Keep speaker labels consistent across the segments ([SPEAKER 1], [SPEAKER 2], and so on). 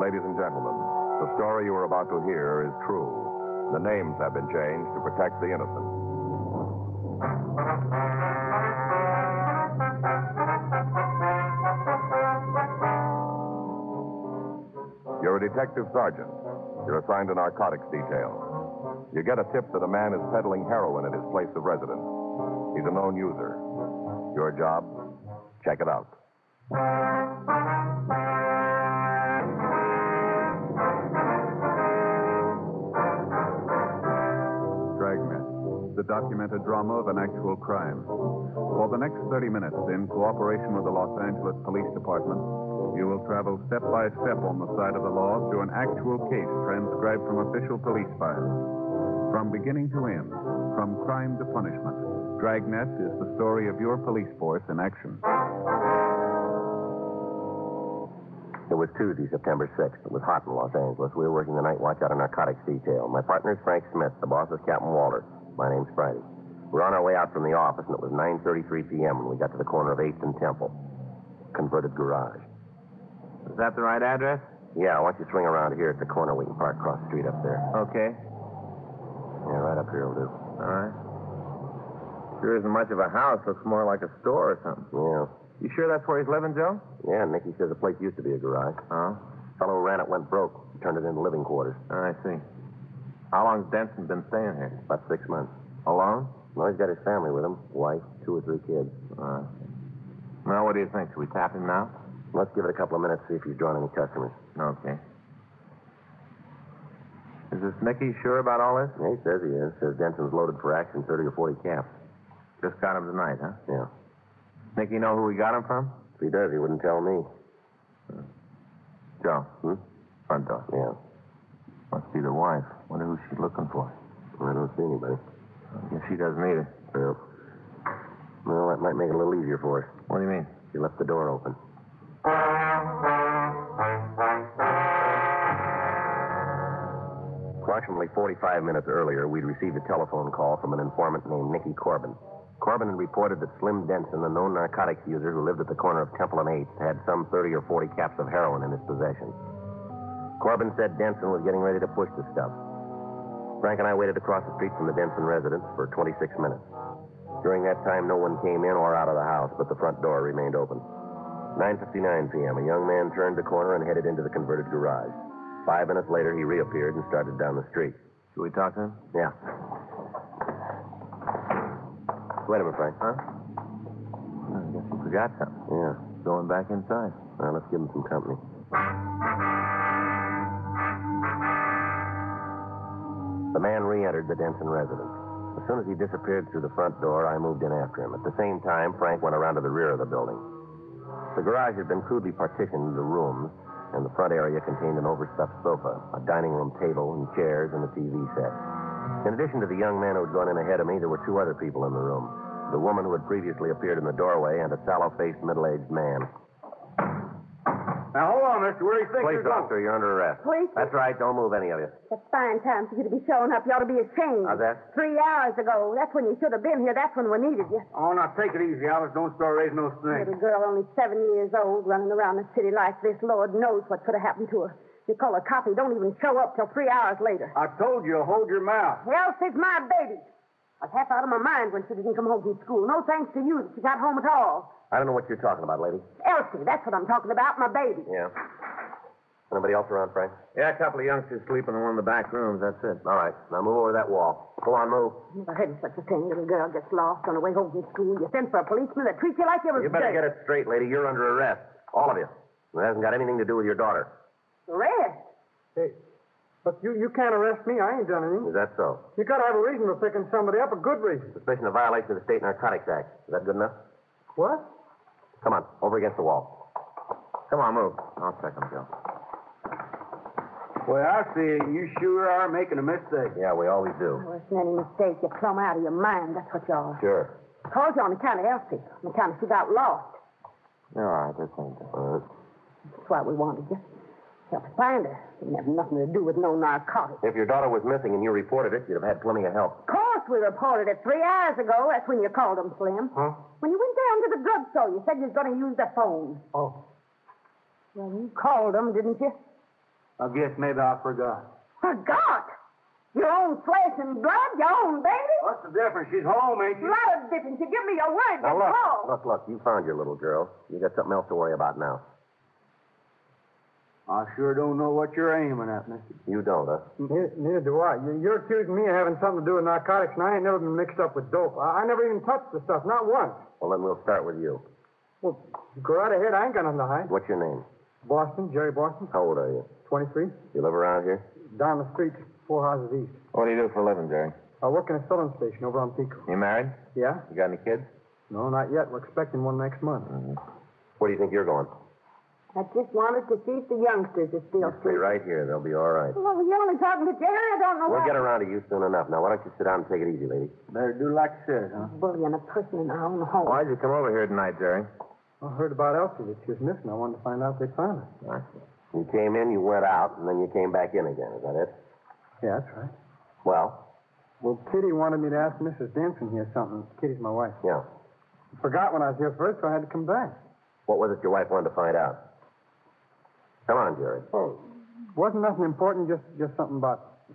[SPEAKER 1] Ladies and gentlemen, the story you are about to hear is true. The names have been changed to protect the innocent. You're a detective sergeant. You're assigned to narcotics detail. You get a tip that a man is peddling heroin at his place of residence. He's a known user. Your job? Check it out.
[SPEAKER 2] Dragnet, the documented drama of an actual crime. For the next 30 minutes, in cooperation with the Los Angeles Police Department, you will travel step by step on the side of the law through an actual case transcribed from official police files. From beginning to end, from crime to punishment, Dragnet is the story of your police force in action.
[SPEAKER 3] It was Tuesday, September 6th. It was hot in Los Angeles. We were working the night watch out of narcotics detail. My partner's Frank Smith. The boss is Captain Walter. My name's Friday. We were on our way out from the office, and it was 9.33 p.m. when we got to the corner of 8th and Temple. Converted garage.
[SPEAKER 4] Is that the right address?
[SPEAKER 3] Yeah, why don't you swing around here at the corner? We can park across the street up there.
[SPEAKER 4] Okay.
[SPEAKER 3] Yeah, right up here will do.
[SPEAKER 4] All right. Sure isn't much of a house. Looks more like a store or something.
[SPEAKER 3] Yeah.
[SPEAKER 4] You sure that's where he's living, Joe?
[SPEAKER 3] Yeah, Nicky says the place used to be a garage.
[SPEAKER 4] Oh,
[SPEAKER 3] Fellow who ran it went broke. Turned it into living quarters.
[SPEAKER 4] I see. How long's Denson been staying here?
[SPEAKER 3] About six months.
[SPEAKER 4] Alone?
[SPEAKER 3] Well, he's got his family with him. Wife, two or three kids.
[SPEAKER 4] Uh, well, what do you think? Should we tap him now?
[SPEAKER 3] Let's give it a couple of minutes, see if he's drawn any customers.
[SPEAKER 4] Okay. Is this Nicky sure about all this?
[SPEAKER 3] Yeah, he says he is. Says Denson's loaded for action, 30 or 40 caps.
[SPEAKER 4] Just got him tonight, huh?
[SPEAKER 3] Yeah.
[SPEAKER 4] Nicky know who we got him from?
[SPEAKER 3] If he does, he wouldn't tell me.
[SPEAKER 4] Joe.
[SPEAKER 3] Hmm?
[SPEAKER 4] Front door.
[SPEAKER 3] Yeah.
[SPEAKER 4] Must be the wife. Wonder who she's looking for.
[SPEAKER 3] I don't see anybody.
[SPEAKER 4] If she doesn't either.
[SPEAKER 3] Well, well, that might make it a little easier for us.
[SPEAKER 4] What do you mean?
[SPEAKER 3] She left the door open. Approximately 45 minutes earlier, we'd received a telephone call from an informant named Nicky Corbin. Corbin had reported that Slim Denson, a known narcotics user who lived at the corner of Temple and 8th, had some 30 or 40 caps of heroin in his possession. Corbin said Denson was getting ready to push the stuff. Frank and I waited across the street from the Denson residence for 26 minutes. During that time, no one came in or out of the house, but the front door remained open. 9.59 p.m., a young man turned the corner and headed into the converted garage. Five minutes later, he reappeared and started down the street.
[SPEAKER 4] Should we talk to him?
[SPEAKER 3] Yeah. Wait a minute, Frank.
[SPEAKER 4] Huh? I guess you forgot something.
[SPEAKER 3] Yeah.
[SPEAKER 4] Going back inside.
[SPEAKER 3] Well, let's give him some company. The man re-entered the Denson residence. As soon as he disappeared through the front door, I moved in after him. At the same time, Frank went around to the rear of the building. The garage had been crudely partitioned into rooms, and the front area contained an overstuffed sofa, a dining room table, and chairs, and a TV set. In addition to the young man who had gone in ahead of me, there were two other people in the room. The woman who had previously appeared in the doorway and a sallow-faced middle-aged man.
[SPEAKER 5] Now, hold on, mister. Where do you think
[SPEAKER 3] Police officer, you're under arrest.
[SPEAKER 6] Police?
[SPEAKER 3] That's right. Don't move any of you.
[SPEAKER 6] It's a fine time for you to be showing up. You ought to be ashamed.
[SPEAKER 3] How's that?
[SPEAKER 6] Three hours ago. That's when you should have been here. That's when we needed you.
[SPEAKER 5] Oh, now, take it easy, Alice. Don't start raising those things.
[SPEAKER 6] Little girl, only seven years old, running around the city like this. Lord knows what could have happened to her. You call a cop, he don't even show up till three hours later.
[SPEAKER 5] I told you, hold your mouth.
[SPEAKER 6] Else is my baby. I was half out of my mind when she didn't come home from school. No thanks to you that she got home at all.
[SPEAKER 3] I don't know what you're talking about, lady.
[SPEAKER 6] Elsie, that's what I'm talking about, my baby.
[SPEAKER 3] Yeah. Anybody else around, Frank?
[SPEAKER 4] Yeah, a couple of youngsters sleeping in one of the back rooms. That's it.
[SPEAKER 3] All right. Now move over that wall. Go on, move.
[SPEAKER 6] Never heard of such a thing. Little girl gets lost on the way home from school. You send for a policeman that treats you like you was
[SPEAKER 3] You better get
[SPEAKER 6] dirt.
[SPEAKER 3] it straight, lady. You're under arrest. All of you. It hasn't got anything to do with your daughter.
[SPEAKER 6] Arrest?
[SPEAKER 5] Hey, but you, you can't arrest me. I ain't done
[SPEAKER 3] Is
[SPEAKER 5] anything.
[SPEAKER 3] that so?
[SPEAKER 5] You gotta have a reason for picking somebody up, a good reason.
[SPEAKER 3] Suspicion of violation of the State Narcotics Act. Is that good enough?
[SPEAKER 5] What?
[SPEAKER 3] Come on, over against the wall.
[SPEAKER 4] Come on, move. I'll check them, Joe.
[SPEAKER 7] Well, I see you sure are making a mistake.
[SPEAKER 3] Yeah, we always do.
[SPEAKER 6] Worse than any mistake. You're plumb out of your mind. That's what you are.
[SPEAKER 3] Sure.
[SPEAKER 6] Called you on account of Elsie, on account of she got lost.
[SPEAKER 4] All right, this ain't the
[SPEAKER 3] Uh,
[SPEAKER 6] That's why we wanted you. Help us find her. Didn't have nothing to do with no narcotics.
[SPEAKER 3] if your daughter was missing and you reported it, you'd have had plenty of help.
[SPEAKER 6] Of course, we reported it three hours ago. That's when you called them, Slim.
[SPEAKER 3] Huh?
[SPEAKER 6] When you went down to the drugstore, you said you was going to use the phone.
[SPEAKER 5] Oh,
[SPEAKER 6] Well, you called them, didn't you?
[SPEAKER 7] I guess maybe I forgot.
[SPEAKER 6] Forgot! Your own flesh and blood, your own baby?
[SPEAKER 7] What's the difference? She's home, ain't she?
[SPEAKER 6] lot of difference. You give me your word.
[SPEAKER 3] Now
[SPEAKER 6] that's
[SPEAKER 3] look,
[SPEAKER 6] all.
[SPEAKER 3] look, look. You found your little girl. You got something else to worry about now.
[SPEAKER 7] I sure don't know what you're aiming at, mister.
[SPEAKER 3] You don't, huh?
[SPEAKER 5] neither, neither do I. You, you're accusing me of having something to do with narcotics, and I ain't never been mixed up with dope. I, I never even touched the stuff, not once.
[SPEAKER 3] Well, then we'll start with you.
[SPEAKER 5] Well, go right ahead. I ain't got nothing to hide.
[SPEAKER 3] What's your name?
[SPEAKER 5] Boston, Jerry Boston,
[SPEAKER 3] How old are you?
[SPEAKER 5] 23,
[SPEAKER 3] You live around here? Oh,
[SPEAKER 5] down the street, four houses east.
[SPEAKER 4] What do you do for a living, Jerry?
[SPEAKER 5] I work in a filling station over on Pico.
[SPEAKER 4] You married?
[SPEAKER 5] Yeah?
[SPEAKER 4] You got any kids?
[SPEAKER 5] No, not yet. We're expecting one next month.
[SPEAKER 3] Mm-hmm. Where do you think you're going?
[SPEAKER 6] I just wanted to see if the youngsters are still
[SPEAKER 3] Stay
[SPEAKER 6] sleeping.
[SPEAKER 3] right here. They'll be all right.
[SPEAKER 6] Well, you're only talking to Jerry. I don't know
[SPEAKER 3] We'll
[SPEAKER 6] why.
[SPEAKER 3] get around to you soon enough. Now, why don't you sit down and take it easy, lady?
[SPEAKER 7] Better do like you said, huh?
[SPEAKER 6] Bullying a person in our own home.
[SPEAKER 4] Why'd you come over here tonight, Jerry?
[SPEAKER 5] I heard about Elsie that she was missing. I wanted to find out if they found her.
[SPEAKER 3] You came in, you went out, and then you came back in again. Is that it?
[SPEAKER 5] Yeah, that's right.
[SPEAKER 3] Well,
[SPEAKER 5] Well, Kitty wanted me to ask Mrs. Danson here something. Kitty's my wife.
[SPEAKER 3] yeah.
[SPEAKER 5] Forgot when I was here first, so I had to come back.
[SPEAKER 3] What was it your wife wanted to find out? Come on, Jerry.
[SPEAKER 5] Oh. Wasn't nothing important, just just something about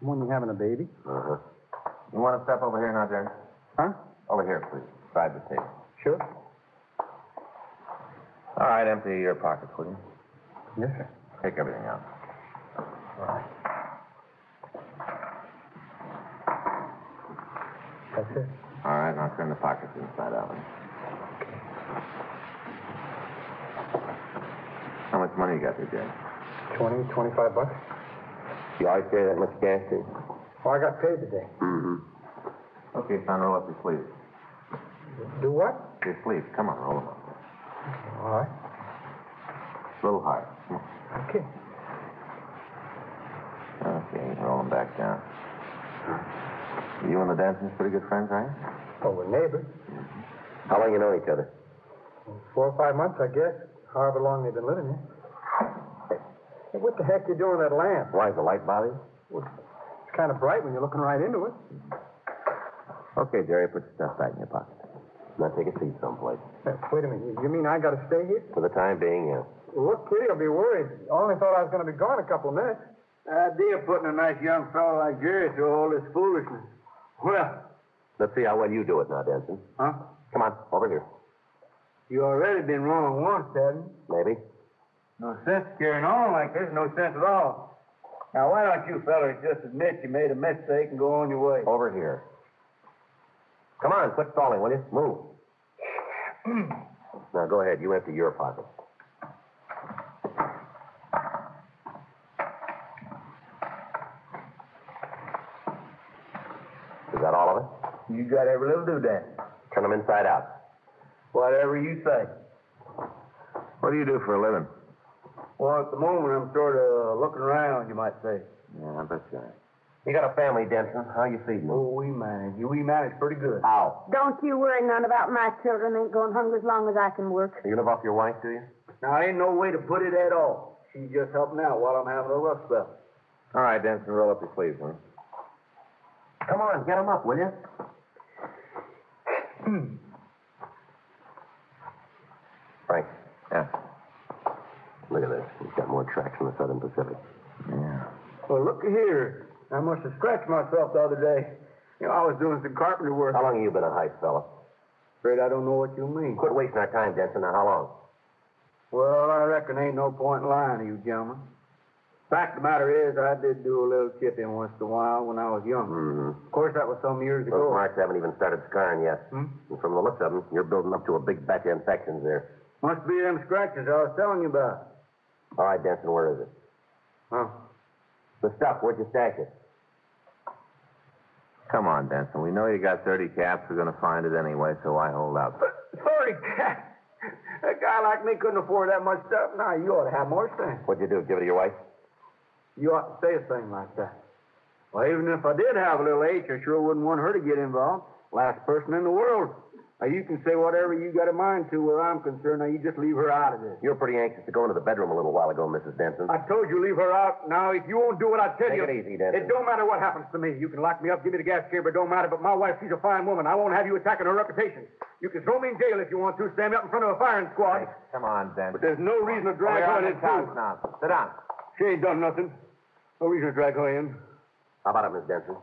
[SPEAKER 5] when you're having a baby.
[SPEAKER 3] Uh-huh.
[SPEAKER 4] You want to step over here now, Jerry?
[SPEAKER 5] Huh?
[SPEAKER 4] Over here, please. Beside the table.
[SPEAKER 5] Sure.
[SPEAKER 4] All right, empty your pockets, will you?
[SPEAKER 5] Yes, sir.
[SPEAKER 4] Take everything out.
[SPEAKER 5] That's it.
[SPEAKER 4] All right, now turn the pockets inside out. How much money you got there, Jerry?
[SPEAKER 5] Twenty, twenty-five bucks.
[SPEAKER 3] You always carry that much cash, too?
[SPEAKER 5] Well, I got paid today. Mm-hmm.
[SPEAKER 4] Okay, son, roll up your sleeves.
[SPEAKER 5] Do what?
[SPEAKER 4] Your sleeves, come on, roll them up.
[SPEAKER 5] All right.
[SPEAKER 4] A little higher. Come on.
[SPEAKER 5] Okay.
[SPEAKER 4] Okay, you can roll them back down. You and the dancers pretty good friends, are you?
[SPEAKER 5] Well, Oh, we're neighbors.
[SPEAKER 3] How long you know each other?
[SPEAKER 5] Four or five months, I guess. However long they've been living here. Hey, what the heck you doing with that lamp?
[SPEAKER 3] Why, does the light bother you?
[SPEAKER 5] It's kind of bright when you're looking right into it.
[SPEAKER 3] Okay, Jerry, put your stuff back in your pocket. Now take a seat someplace.
[SPEAKER 5] Hey, wait a minute. You- You mean I got to stay here?
[SPEAKER 3] For the time being, yeah.
[SPEAKER 5] Look, Kitty, I'll be worried. I only thought I was going to be gone a couple of minutes.
[SPEAKER 7] Idea of putting a nice young fellow like Jerry through all this foolishness. Well,
[SPEAKER 3] Let's see how well you do it now, Denson.
[SPEAKER 7] huh?
[SPEAKER 3] Come on, over here.
[SPEAKER 7] You already been wrong once, haven't you?
[SPEAKER 3] Maybe.
[SPEAKER 7] No sense carrying on like this, no sense at all. Now, why don't you fellas just admit you made a mistake and go on your way?
[SPEAKER 3] Over here. Come on, quit stalling, will you? Move. now go ahead. You empty your pocket. Is that all of it?
[SPEAKER 7] You got every little doodad.
[SPEAKER 3] Turn them inside out.
[SPEAKER 7] Whatever you say.
[SPEAKER 4] What do you do for a living?
[SPEAKER 7] Well, at the moment, I'm sort of looking around, you might say.
[SPEAKER 4] Yeah, I bet you are.
[SPEAKER 3] You got a family, Denson. How you feeding them?
[SPEAKER 7] Oh, we manage. We manage pretty good.
[SPEAKER 3] How?
[SPEAKER 6] Don't you worry none about my children. Ain't going hungry as long as I can work.
[SPEAKER 3] You live off your wife, do you?
[SPEAKER 7] Now, ain't no way to put it at all. She's just helping out while I'm having a rough spell.
[SPEAKER 4] All right, Danson, roll up your sleeves, huh?
[SPEAKER 3] Come on, get them up, will you? Frank,
[SPEAKER 4] Yeah.
[SPEAKER 3] look at this. He's got more tracks in the Southern Pacific.
[SPEAKER 4] Yeah.
[SPEAKER 7] Well, look here. I must have scratched myself the other day. You know, I was doing some carpenter work.
[SPEAKER 3] How long have you been on Heights, fella?
[SPEAKER 7] Afraid I don't know what you mean.
[SPEAKER 3] Quit wasting our time, Denson. Now, how long?
[SPEAKER 7] Well, I reckon ain't no point lying to you gentlemen. Fact of the matter is, I did do a little chipping once in a while when I was young.
[SPEAKER 3] Hmm.
[SPEAKER 7] Of course, that was some years
[SPEAKER 3] Those
[SPEAKER 7] ago.
[SPEAKER 3] marks haven't even started scarring yet.
[SPEAKER 7] Hmm?
[SPEAKER 3] And from the looks of them, you're building up to a big batch of infections there.
[SPEAKER 7] Must be them scratches I was telling you about.
[SPEAKER 3] All right, Denson, where is it?
[SPEAKER 7] Huh?
[SPEAKER 3] The stuff, where'd you stash it?
[SPEAKER 4] Come on, Denson. We know you got 30 caps. We're going to find it anyway, so why hold up?
[SPEAKER 7] Sorry, cat. A guy like me couldn't afford that much stuff. Now, you ought to have more sense.
[SPEAKER 3] What'd you do? Give it to your wife?
[SPEAKER 7] You ought to say a thing like that. Well, even if I did have a little H, I sure wouldn't want her to get involved. Last person in the world. Now, you can say whatever you got a mind to where I'm concerned. Now, you just leave her out of this.
[SPEAKER 3] You were pretty anxious to go into the bedroom a little while ago, Mrs. Denson.
[SPEAKER 7] I told you leave her out. Now, if you won't do what I tell
[SPEAKER 3] Take
[SPEAKER 7] you,
[SPEAKER 3] it easy, Denson.
[SPEAKER 7] it don't matter what happens to me. You can lock me up, give me the gas chamber, it don't matter. But my wife, she's a fine woman. I won't have you attacking her reputation. You can throw me in jail if you want to. Stand me up in front of a firing squad.
[SPEAKER 4] Come on, Denson.
[SPEAKER 7] But there's no reason to
[SPEAKER 4] We're
[SPEAKER 7] drag
[SPEAKER 4] on
[SPEAKER 7] her
[SPEAKER 4] the
[SPEAKER 7] in.
[SPEAKER 4] couch
[SPEAKER 7] too.
[SPEAKER 4] now. Sit down.
[SPEAKER 7] She ain't done nothing. No reason to drag her in.
[SPEAKER 3] How about it, Miss Denson?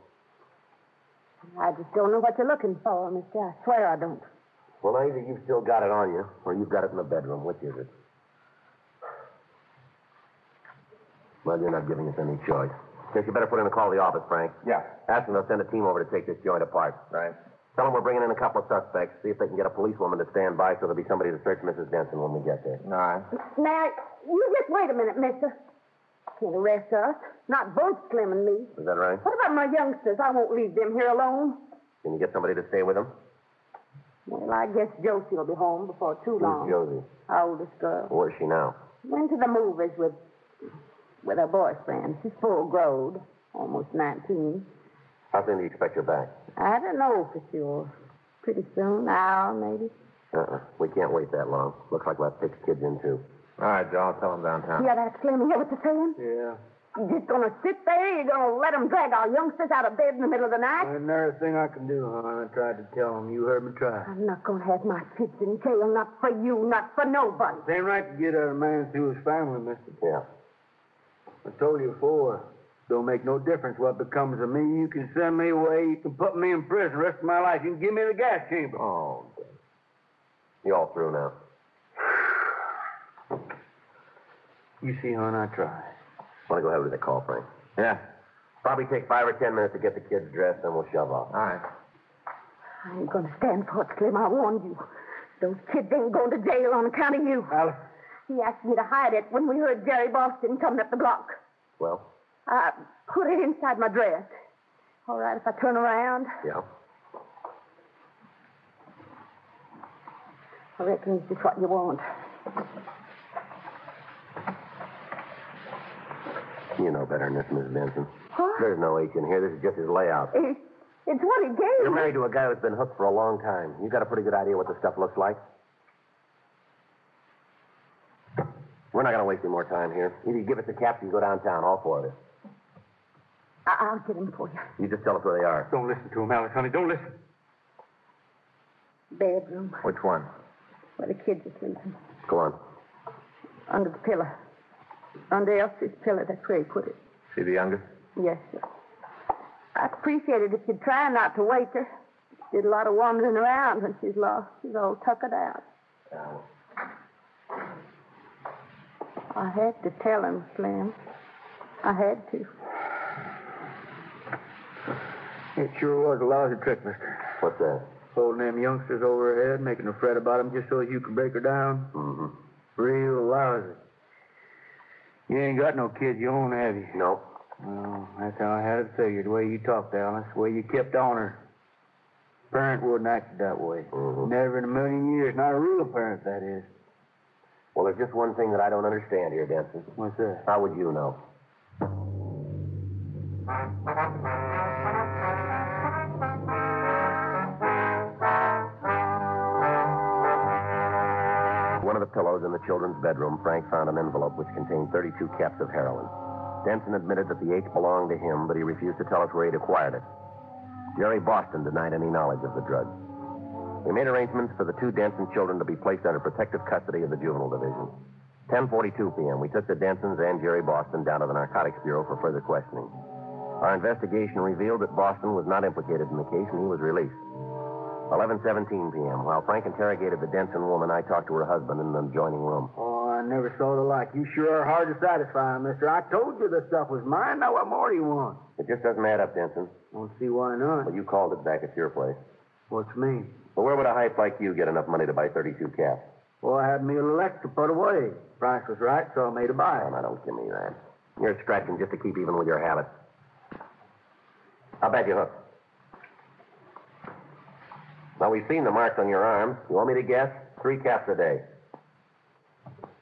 [SPEAKER 6] I just don't know what you're looking for, mister. I swear I don't.
[SPEAKER 3] Well, now, either you've still got it on you, or you've got it in the bedroom. Which is it? Well, you're not giving us any choice. Guess you better put in a call to the office, Frank.
[SPEAKER 4] Yeah.
[SPEAKER 3] Ask them to send a team over to take this joint apart.
[SPEAKER 4] Right.
[SPEAKER 3] Tell them we're bringing in a couple of suspects. See if they can get a policewoman to stand by so there'll be somebody to search Mrs. Denson when we get there.
[SPEAKER 4] All right.
[SPEAKER 6] Now, you just wait a minute, mister. Can't arrest us. Not both Slim and me.
[SPEAKER 3] Is that right?
[SPEAKER 6] What about my youngsters? I won't leave them here alone.
[SPEAKER 3] Can you get somebody to stay with them?
[SPEAKER 6] Well, I guess Josie will be home before too long.
[SPEAKER 3] Who's Josie?
[SPEAKER 6] Our oldest girl.
[SPEAKER 3] Where's she now?
[SPEAKER 6] Went to the movies with with her boyfriend. She's full grown, almost 19.
[SPEAKER 3] How soon do you expect her back?
[SPEAKER 6] I don't know for sure. Pretty soon, now maybe.
[SPEAKER 3] Uh-uh. We can't wait that long. Looks like we'll have to take the kids in, too.
[SPEAKER 4] All right, Joe. I'll tell him downtown.
[SPEAKER 6] Yeah, that Slim, you hear what you're saying?
[SPEAKER 7] Yeah.
[SPEAKER 6] You just gonna sit there? You're gonna let 'em drag our youngsters out of bed in the middle of the night?
[SPEAKER 7] Ain't there a thing I can do, hon. I tried to tell him. You heard me try.
[SPEAKER 6] I'm not gonna have my kids in jail, not for you, not for nobody.
[SPEAKER 7] It ain't right to get at a man through his family, mister.
[SPEAKER 3] Yeah.
[SPEAKER 7] I told you before. Don't make no difference what becomes of me. You can send me away. You can put me in prison the rest of my life. You can give me the gas chamber.
[SPEAKER 3] Oh, good. You all through now?
[SPEAKER 7] You see, hon, I tried.
[SPEAKER 3] Want to go ahead with the call, Frank?
[SPEAKER 4] Yeah.
[SPEAKER 3] Probably take five or ten minutes to get the kids dressed, then we'll shove off.
[SPEAKER 4] All right.
[SPEAKER 6] I ain't gonna stand for it, Slim. I warned you. Those kids ain't going to jail on account of you.
[SPEAKER 7] Alice,
[SPEAKER 6] He asked me to hide it when we heard Jerry Boston coming up the block.
[SPEAKER 3] Well,
[SPEAKER 6] I put it inside my dress. All right, if I turn around,
[SPEAKER 3] yeah.
[SPEAKER 6] I reckon it's just what you want.
[SPEAKER 3] You know better than this, Miss Benson.
[SPEAKER 6] Huh?
[SPEAKER 3] There's no H in here. This is just his layout.
[SPEAKER 6] It, it's what he gave
[SPEAKER 3] You're
[SPEAKER 6] me.
[SPEAKER 3] married to a guy who's been hooked for a long time. You got a pretty good idea what the stuff looks like. We're not going to waste any more time here. Either you give us the caps or you go downtown, all four of us.
[SPEAKER 6] I, I'll get him for you.
[SPEAKER 3] You just tell us where they are.
[SPEAKER 7] don't listen to him, Alice, honey. Don't listen.
[SPEAKER 6] Bedroom
[SPEAKER 4] Which one?
[SPEAKER 6] where the kids are sleeping.
[SPEAKER 3] Go on.
[SPEAKER 6] Under the pillow. Under Elsie's pillow. That's where he put it.
[SPEAKER 4] See the youngest?
[SPEAKER 6] Yes, sir. I'd appreciate it if you'd try not to wake her. Did a lot of wandering around when she's lost. She's all tuckered out. I had to tell him, Slim. I had to.
[SPEAKER 7] It sure was a lousy trick, mister.
[SPEAKER 3] What's that?
[SPEAKER 7] Holding them youngsters over her head, making her fret about them just so you can break her down.
[SPEAKER 3] Mm-hmm.
[SPEAKER 7] Real lousy. You ain't got no kids you own, have you?
[SPEAKER 3] No.
[SPEAKER 7] Well, that's how I had it figured, the way you talked, Alice, the way you kept on her. Parent wouldn't act that way.
[SPEAKER 3] Mhm.
[SPEAKER 7] Never in a million years. Not a real parent, that is.
[SPEAKER 3] Well, there's just one thing that I don't understand here, Benson.
[SPEAKER 7] What's that?
[SPEAKER 3] How would you know? One of the pillows in the children's bedroom, Frank found an envelope which contained 32 caps of heroin. Denson admitted that the eight belonged to him, but he refused to tell us where he'd acquired it. Jerry Boston denied any knowledge of the drug. We made arrangements for the two Denson children to be placed under protective custody of the juvenile division. 10:42 p.m. We took the Densons and Jerry Boston down to the Narcotics Bureau for further questioning. Our investigation revealed that Boston was not implicated in the case and he was released. 11:17 p.m. While Frank interrogated the Denson woman, I talked to her husband in an adjoining room.
[SPEAKER 7] Oh, I never saw the like. You sure are hard to satisfy, mister. I told you the stuff was mine. Now what more do you want?
[SPEAKER 3] It just doesn't add up, Denson.
[SPEAKER 7] Don't see why not.
[SPEAKER 3] Well, you called it back at your place.
[SPEAKER 7] What's me?
[SPEAKER 3] Well, where would a hype like you get enough money to buy 32 caps?
[SPEAKER 7] Well, I had me a little extra put away. Price was right, so I made a buy.
[SPEAKER 3] Now, don't give me that. You're scratching just to keep even with your habit. I'll bet you hooked. Now, we've seen the marks on your arm. You want me to guess? Three caps a day.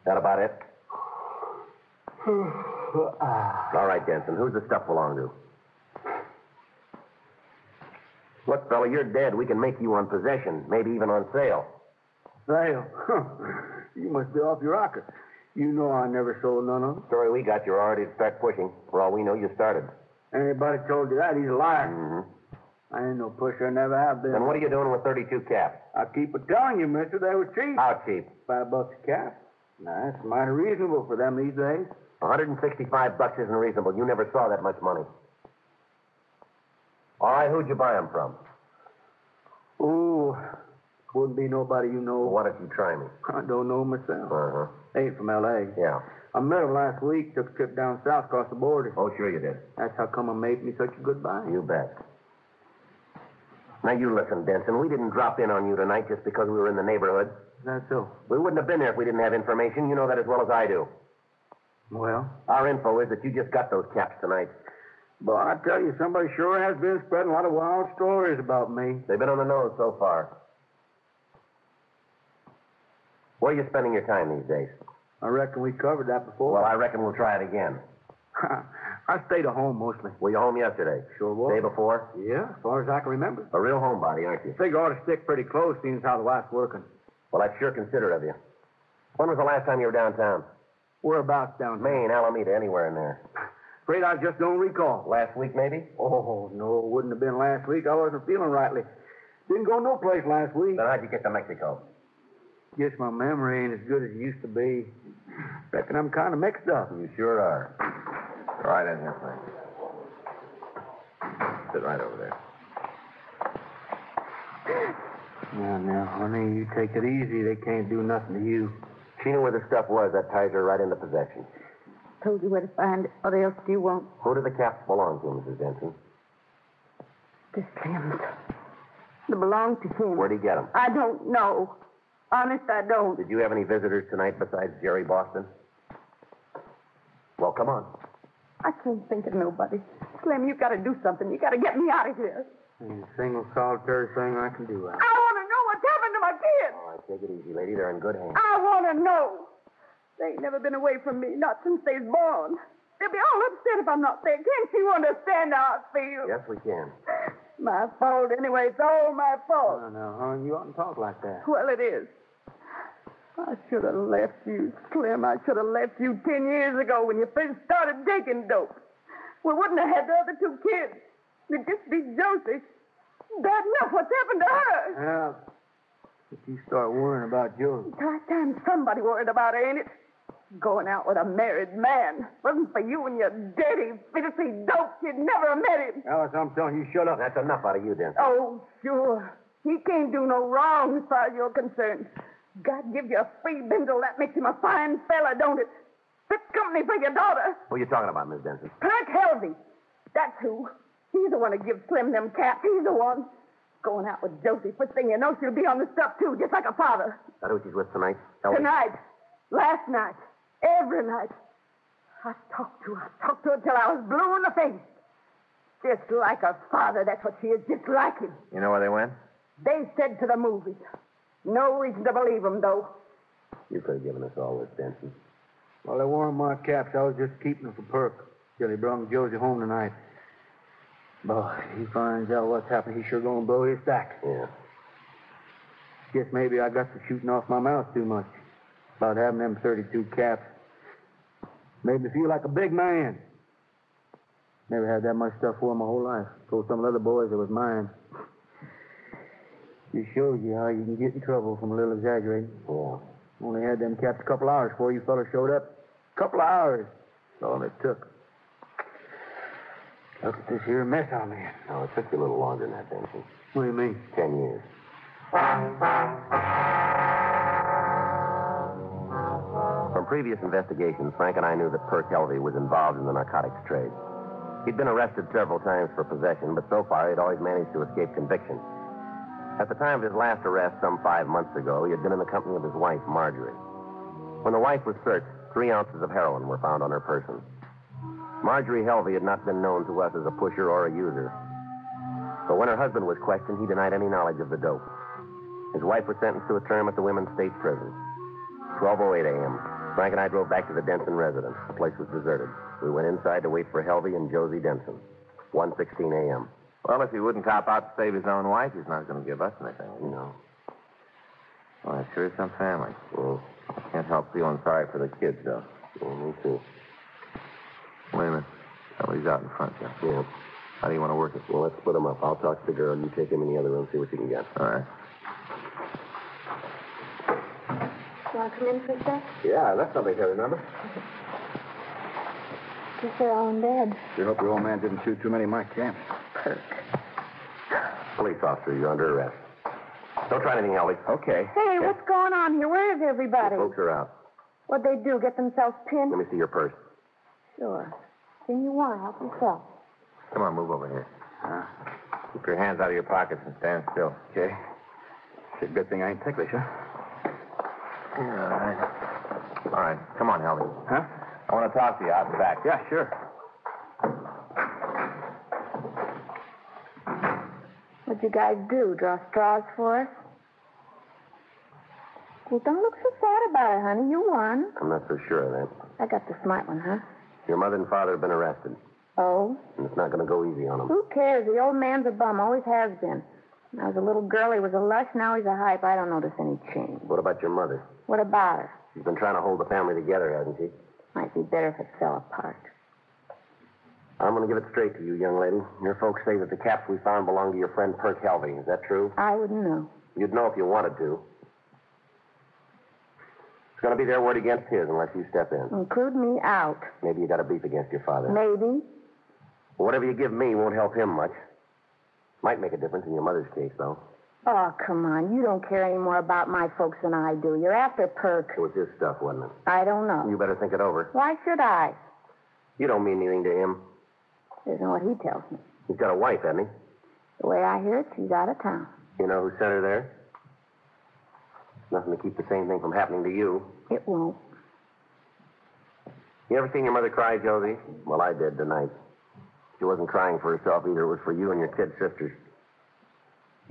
[SPEAKER 3] That about it?
[SPEAKER 8] À.
[SPEAKER 3] All right, Denson. Who's the stuff belong to? Look, fella, you're dead. We can make you on possession, maybe even on sale.
[SPEAKER 7] Sale. you must be off your rocker. You know I never sold none of them.
[SPEAKER 3] Story we got, you're already to start pushing. For all we know, you started.
[SPEAKER 7] Anybody told you that, he's a liar.
[SPEAKER 3] Mm-hmm.
[SPEAKER 7] I ain't no pusher, never have been.
[SPEAKER 3] Then what are you doing with 32 caps?
[SPEAKER 7] I keep a telling you, mister, they were cheap.
[SPEAKER 3] How cheap?
[SPEAKER 7] Five bucks a cap. Now, that's mighty reasonable for them these days.
[SPEAKER 3] 165 bucks isn't reasonable. You never saw that much money. All right, who'd you buy 'em from?
[SPEAKER 7] Ooh, wouldn't be nobody you know.
[SPEAKER 3] Well, why don't you try me?
[SPEAKER 7] I don't know myself.
[SPEAKER 3] Uh-huh.
[SPEAKER 7] Ain't from L.A.
[SPEAKER 3] Yeah.
[SPEAKER 7] I met him last week, took a trip down south across the border.
[SPEAKER 3] Oh, sure you did.
[SPEAKER 7] That's how come I made me such a good buy.
[SPEAKER 3] You bet. Now, you listen, Denson. We didn't drop in on you tonight just because we were in the neighborhood.
[SPEAKER 7] That's so.
[SPEAKER 3] We wouldn't have been there if we didn't have information. You know that as well as I do.
[SPEAKER 7] Well,
[SPEAKER 3] Our info is that you just got those caps tonight.
[SPEAKER 7] boy, I tell you, somebody sure has been spreading a lot of wild stories about me.
[SPEAKER 3] They've been on the nose so far. Where are you spending your time these days?
[SPEAKER 7] I reckon we covered that before.
[SPEAKER 3] Well, I reckon we'll try it again.
[SPEAKER 7] I stayed at home mostly.
[SPEAKER 3] Were you home yesterday?
[SPEAKER 7] Sure was.
[SPEAKER 3] Day before?
[SPEAKER 7] Yeah, as far as I can remember.
[SPEAKER 3] A real homebody, aren't you?
[SPEAKER 7] Figure ought to stick pretty close, seeing as how the wife's working.
[SPEAKER 3] Well, that's sure considerate of you. When was the last time you were downtown?
[SPEAKER 7] Whereabouts down there?
[SPEAKER 3] Maine, Alameda, anywhere in there.
[SPEAKER 7] Afraid I just don't recall.
[SPEAKER 3] Last week, maybe?
[SPEAKER 7] Oh, no, it wouldn't have been last week. I wasn't feeling rightly. Didn't go no place last week.
[SPEAKER 3] Then how'd you get to Mexico?
[SPEAKER 7] Guess my memory ain't as good as it used to be. Reckon I'm kind of mixed up.
[SPEAKER 3] You sure are.
[SPEAKER 4] All right, in here, Frank. Sit right over there.
[SPEAKER 7] Now, now, honey, you take it easy. They can't do nothing to you.
[SPEAKER 3] She knew where the stuff was. That ties her right into possession.
[SPEAKER 6] Told you where to find it. What else do you want?
[SPEAKER 3] Who do the caps belong to, Mrs. Denson?
[SPEAKER 6] This Clemens. They belong to him.
[SPEAKER 3] Where'd he get them?
[SPEAKER 6] I don't know. Honest, I don't.
[SPEAKER 3] Did you have any visitors tonight besides Jerry Boston? Well, come on.
[SPEAKER 6] I can't think of nobody. Slim, you gotta do something. You gotta get me out of here.
[SPEAKER 7] Ain't a single solitary thing I can do.
[SPEAKER 6] I wanna know what's happened to my kids.
[SPEAKER 3] All right, Oh, take it easy, lady. They're in good hands.
[SPEAKER 6] I wanna know. They ain't never been away from me, not since they's born. They'll be all upset if I'm not there. Can't you understand how I feel?
[SPEAKER 3] Yes, we can.
[SPEAKER 6] My fault, anyway. It's all my fault.
[SPEAKER 7] No, no, honey, you oughtn't talk like that.
[SPEAKER 6] Well, it is. I should have left you, Slim. I should have left you ten years ago when you first started taking dope. We wouldn't have had the other two kids. It'd just be Josie. Bad enough what's happened to her.
[SPEAKER 7] Yeah. If you start worrying about Josie.
[SPEAKER 6] High time somebody worried about her, ain't it? Going out with a married man. Wasn't for you and your dirty, filthy dope, you'd never have met him.
[SPEAKER 7] Alice, I'm telling you, shut up.
[SPEAKER 3] That's enough out of you, Denson.
[SPEAKER 6] Oh, sure. He can't do no wrong as far as you're concerned. God give you a free bindle. That makes him a fine fella, don't it? Fit company for your daughter.
[SPEAKER 3] Who are you talking about, Miss Denson?
[SPEAKER 6] Clark Helvey. That's who. He's the one who gives Slim them caps. He's the one. Going out with Josie. First thing you know, she'll be on the stuff, too, just like her father.
[SPEAKER 3] Is that who she's with tonight? Ellie?
[SPEAKER 6] Tonight, last night, every night. I talked to her, I talked to her till I was blue in the face. Just like her father, that's what she is, just like him.
[SPEAKER 4] You know where they went?
[SPEAKER 6] They said to the movies. No reason to believe them, though.
[SPEAKER 3] You could have given us all this, Denson.
[SPEAKER 7] Well, they weren't my caps. I was just keeping them for perk till he brung Josie home tonight. Boy, he finds out what's happened, he's sure gonna blow his stack.
[SPEAKER 3] Yeah.
[SPEAKER 7] Guess maybe I got to shooting off my mouth too much about having them 32 caps. Made me feel like a big man. Never had that much stuff for my whole life. Told some of the other boys it was mine. Just shows you how you can get in trouble from a little exaggerating.
[SPEAKER 3] Yeah.
[SPEAKER 7] Only had them caps a couple hours before you fellas showed up. Couple of hours. That's all it took. Look at this here mess I'm in.
[SPEAKER 4] No, it took you a little longer than that, didn't it?
[SPEAKER 7] What do you mean?
[SPEAKER 4] Ten years.
[SPEAKER 3] From previous investigations, Frank and I knew that Perk Helvey was involved in the narcotics trade. He'd been arrested several times for possession, but so far he'd always managed to escape conviction. At the time of his last arrest, some five months ago, he had been in the company of his wife, Marjorie. When the wife was searched, three ounces of heroin were found on her person. Marjorie Helvey had not been known to us as a pusher or a user. But when her husband was questioned, he denied any knowledge of the dope. His wife was sentenced to a term at the women's state prison. 12.08 a.m. Frank and I drove back to the Denson residence. The place was deserted. We went inside to wait for Helvey and Josie Denson. 1.16 a.m.
[SPEAKER 4] Well, if he wouldn't cop out to save his own wife, he's not going to give us anything, you know. Well, that sure is some family. Well, I can't help feeling sorry for the kids, though.
[SPEAKER 3] Well, me too.
[SPEAKER 4] Wait a minute. Somebody's out in front, Joe.
[SPEAKER 3] Yeah.
[SPEAKER 4] How do you want to work it?
[SPEAKER 3] Well, let's split 'em up. I'll talk to the girl. You take him in the other room, see what you can get.
[SPEAKER 4] All right.
[SPEAKER 9] You want to come in for a sec?
[SPEAKER 7] Yeah, I left something here, remember?
[SPEAKER 9] Just their own bed.
[SPEAKER 7] Sure hope your old man didn't shoot too many of my camps.
[SPEAKER 3] Police officer, you're under arrest. Don't try anything, Helvey.
[SPEAKER 7] Okay.
[SPEAKER 9] Hey, what's going on here? Where is everybody?
[SPEAKER 3] Folks are out.
[SPEAKER 9] What'd they do? Get themselves pinned?
[SPEAKER 3] Let me see your purse.
[SPEAKER 9] Sure. Anything you want, help yourself.
[SPEAKER 4] Come on, move over here.
[SPEAKER 7] Uh,
[SPEAKER 4] Keep your hands out of your pockets and stand still.
[SPEAKER 7] okay. It's a good thing I ain't ticklish, huh?
[SPEAKER 4] Yeah, all right. All right. Come on, Helvey.
[SPEAKER 7] Huh?
[SPEAKER 4] I want to talk to you out in back.
[SPEAKER 7] Yeah, sure.
[SPEAKER 9] What'd you guys do? Draw straws for us? Well, don't look so sad about it, honey. You won.
[SPEAKER 3] I'm not so sure of that.
[SPEAKER 9] I got the smart one, huh?
[SPEAKER 3] Your mother and father have been arrested,
[SPEAKER 9] Oh,
[SPEAKER 3] and it's not going to go easy on them.
[SPEAKER 9] who cares? The old man's a bum. Always has been. When I was a little girl, he was a lush. Now he's a hype. I don't notice any change.
[SPEAKER 3] What about your mother?
[SPEAKER 9] What about her?
[SPEAKER 3] She's been trying to hold the family together, hasn't she?
[SPEAKER 9] Might be better if it fell apart.
[SPEAKER 3] I'm going to give it straight to you, young lady. Your folks say that the caps we found belong to your friend Perk Helvey. Is that true?
[SPEAKER 9] I wouldn't know.
[SPEAKER 3] You'd know if you wanted to. It's going to be their word against his unless you step in.
[SPEAKER 9] Include me out.
[SPEAKER 3] Maybe you got a beef against your father.
[SPEAKER 9] Maybe.
[SPEAKER 3] Whatever you give me won't help him much. Might make a difference in your mother's case, though.
[SPEAKER 9] Oh, come on. You don't care any more about my folks than I do. You're after Perk.
[SPEAKER 3] It was his stuff, wasn't it?
[SPEAKER 9] I don't know.
[SPEAKER 3] You better think it over.
[SPEAKER 9] Why should I?
[SPEAKER 3] You don't mean anything to him.
[SPEAKER 9] Isn't what he tells me.
[SPEAKER 3] He's got a wife, hasn't he?
[SPEAKER 9] The way I hear it, she's out of town.
[SPEAKER 3] You know who sent her there? Nothing to keep the same thing from happening to you.
[SPEAKER 9] It won't.
[SPEAKER 3] You ever seen your mother cry, Josie? Well, I did tonight. She wasn't crying for herself either. It was for you and your kid sisters.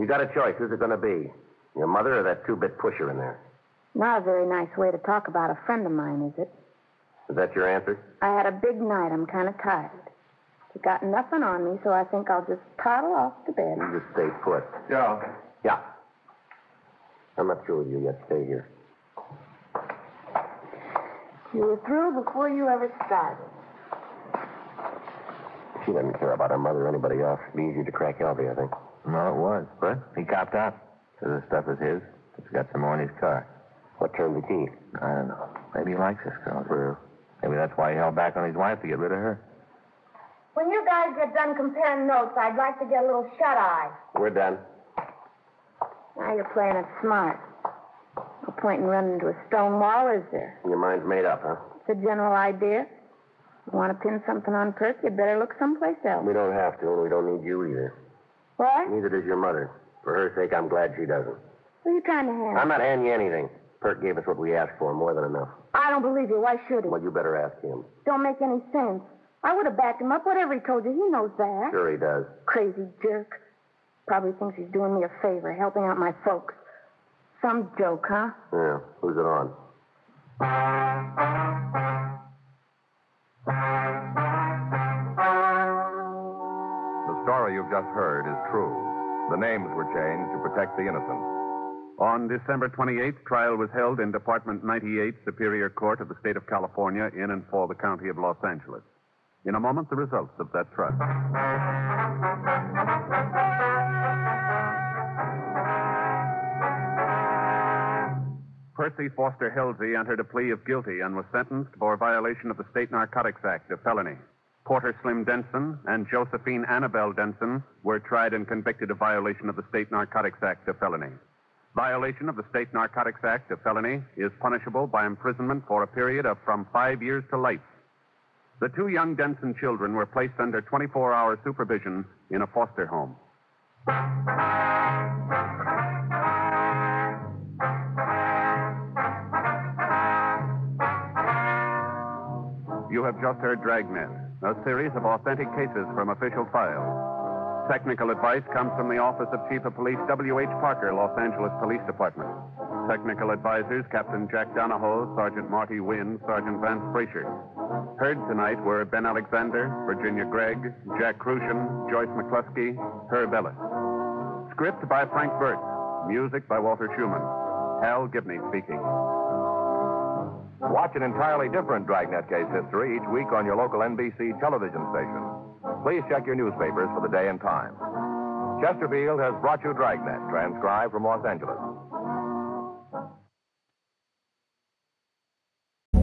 [SPEAKER 3] You got a choice. Who's it going to be? Your mother or that two-bit pusher in there?
[SPEAKER 9] Not a very nice way to talk about a friend of mine, is it?
[SPEAKER 3] Is that your answer?
[SPEAKER 9] I had a big night. I'm kind of tired. You got nothing on me, so I think I'll just toddle off to bed.
[SPEAKER 3] You just stay put.
[SPEAKER 2] Joe.
[SPEAKER 3] Yeah. I'm not through with you yet. Stay here.
[SPEAKER 9] You were through before you ever started.
[SPEAKER 3] She doesn't care about her mother or anybody else. It'd be easy to crack Elvie, I think.
[SPEAKER 4] No, it was. What? He copped out. So this stuff is his. He's got some more in his car.
[SPEAKER 3] What turned the key?
[SPEAKER 4] I don't know. Maybe he likes this girl. Maybe that's why he held back on his wife to get rid of her.
[SPEAKER 9] When you guys get done comparing notes, I'd like to get a little shut eye.
[SPEAKER 3] We're done.
[SPEAKER 9] Now you're playing it smart. No point in running into a stone wall, is there?
[SPEAKER 3] Your mind's made up, huh?
[SPEAKER 9] It's a general idea. You want to pin something on Kirk, you better look someplace else.
[SPEAKER 3] We don't have to, and we don't need you either.
[SPEAKER 9] What?
[SPEAKER 3] Neither does your mother. For her sake, I'm glad she doesn't.
[SPEAKER 9] Who are you trying to handle?
[SPEAKER 3] I'm not handing you anything. Perk gave us what we asked for, more than enough.
[SPEAKER 9] I don't believe you. Why should he?
[SPEAKER 3] Well, you better ask him.
[SPEAKER 9] Don't make any sense. I would have backed him up, whatever he told you. He knows that.
[SPEAKER 3] Sure he does.
[SPEAKER 9] Crazy jerk. Probably thinks he's doing me a favor, helping out my folks. Some joke, huh?
[SPEAKER 3] Yeah. Who's it on?
[SPEAKER 1] The story you've just heard is true. The names were changed to protect the innocent.
[SPEAKER 2] On December 28th, trial was held in Department 98, Superior Court of the State of California, in and for the County of Los Angeles. In a moment, the results of that trial. Percy Foster Helsey entered a plea of guilty and was sentenced for violation of the State Narcotics Act, a felony. Porter Slim Denson and Josephine Annabelle Denson were tried and convicted of violation of the State Narcotics Act, a felony. Violation of the State Narcotics Act, a felony, is punishable by imprisonment for a period of from five years to life. The two young Denson children were placed under 24 hour supervision in a foster home. You have just heard Dragnet, a series of authentic cases from official files. Technical advice comes from the Office of Chief of Police W.H. Parker, Los Angeles Police Department. Technical advisors Captain Jack Donahoe, Sergeant Marty Wynn, Sergeant Vance Frazier. Heard tonight were Ben Alexander, Virginia Gregg, Jack Crucian, Joyce McCluskey, Herb Ellis. Script by Frank Burt. Music by Walter Schumann. Hal Gibney speaking.
[SPEAKER 1] Watch an entirely different Dragnet case history each week on your local NBC television station. Please check your newspapers for the day and time. Chesterfield has brought you Dragnet, transcribed from Los Angeles.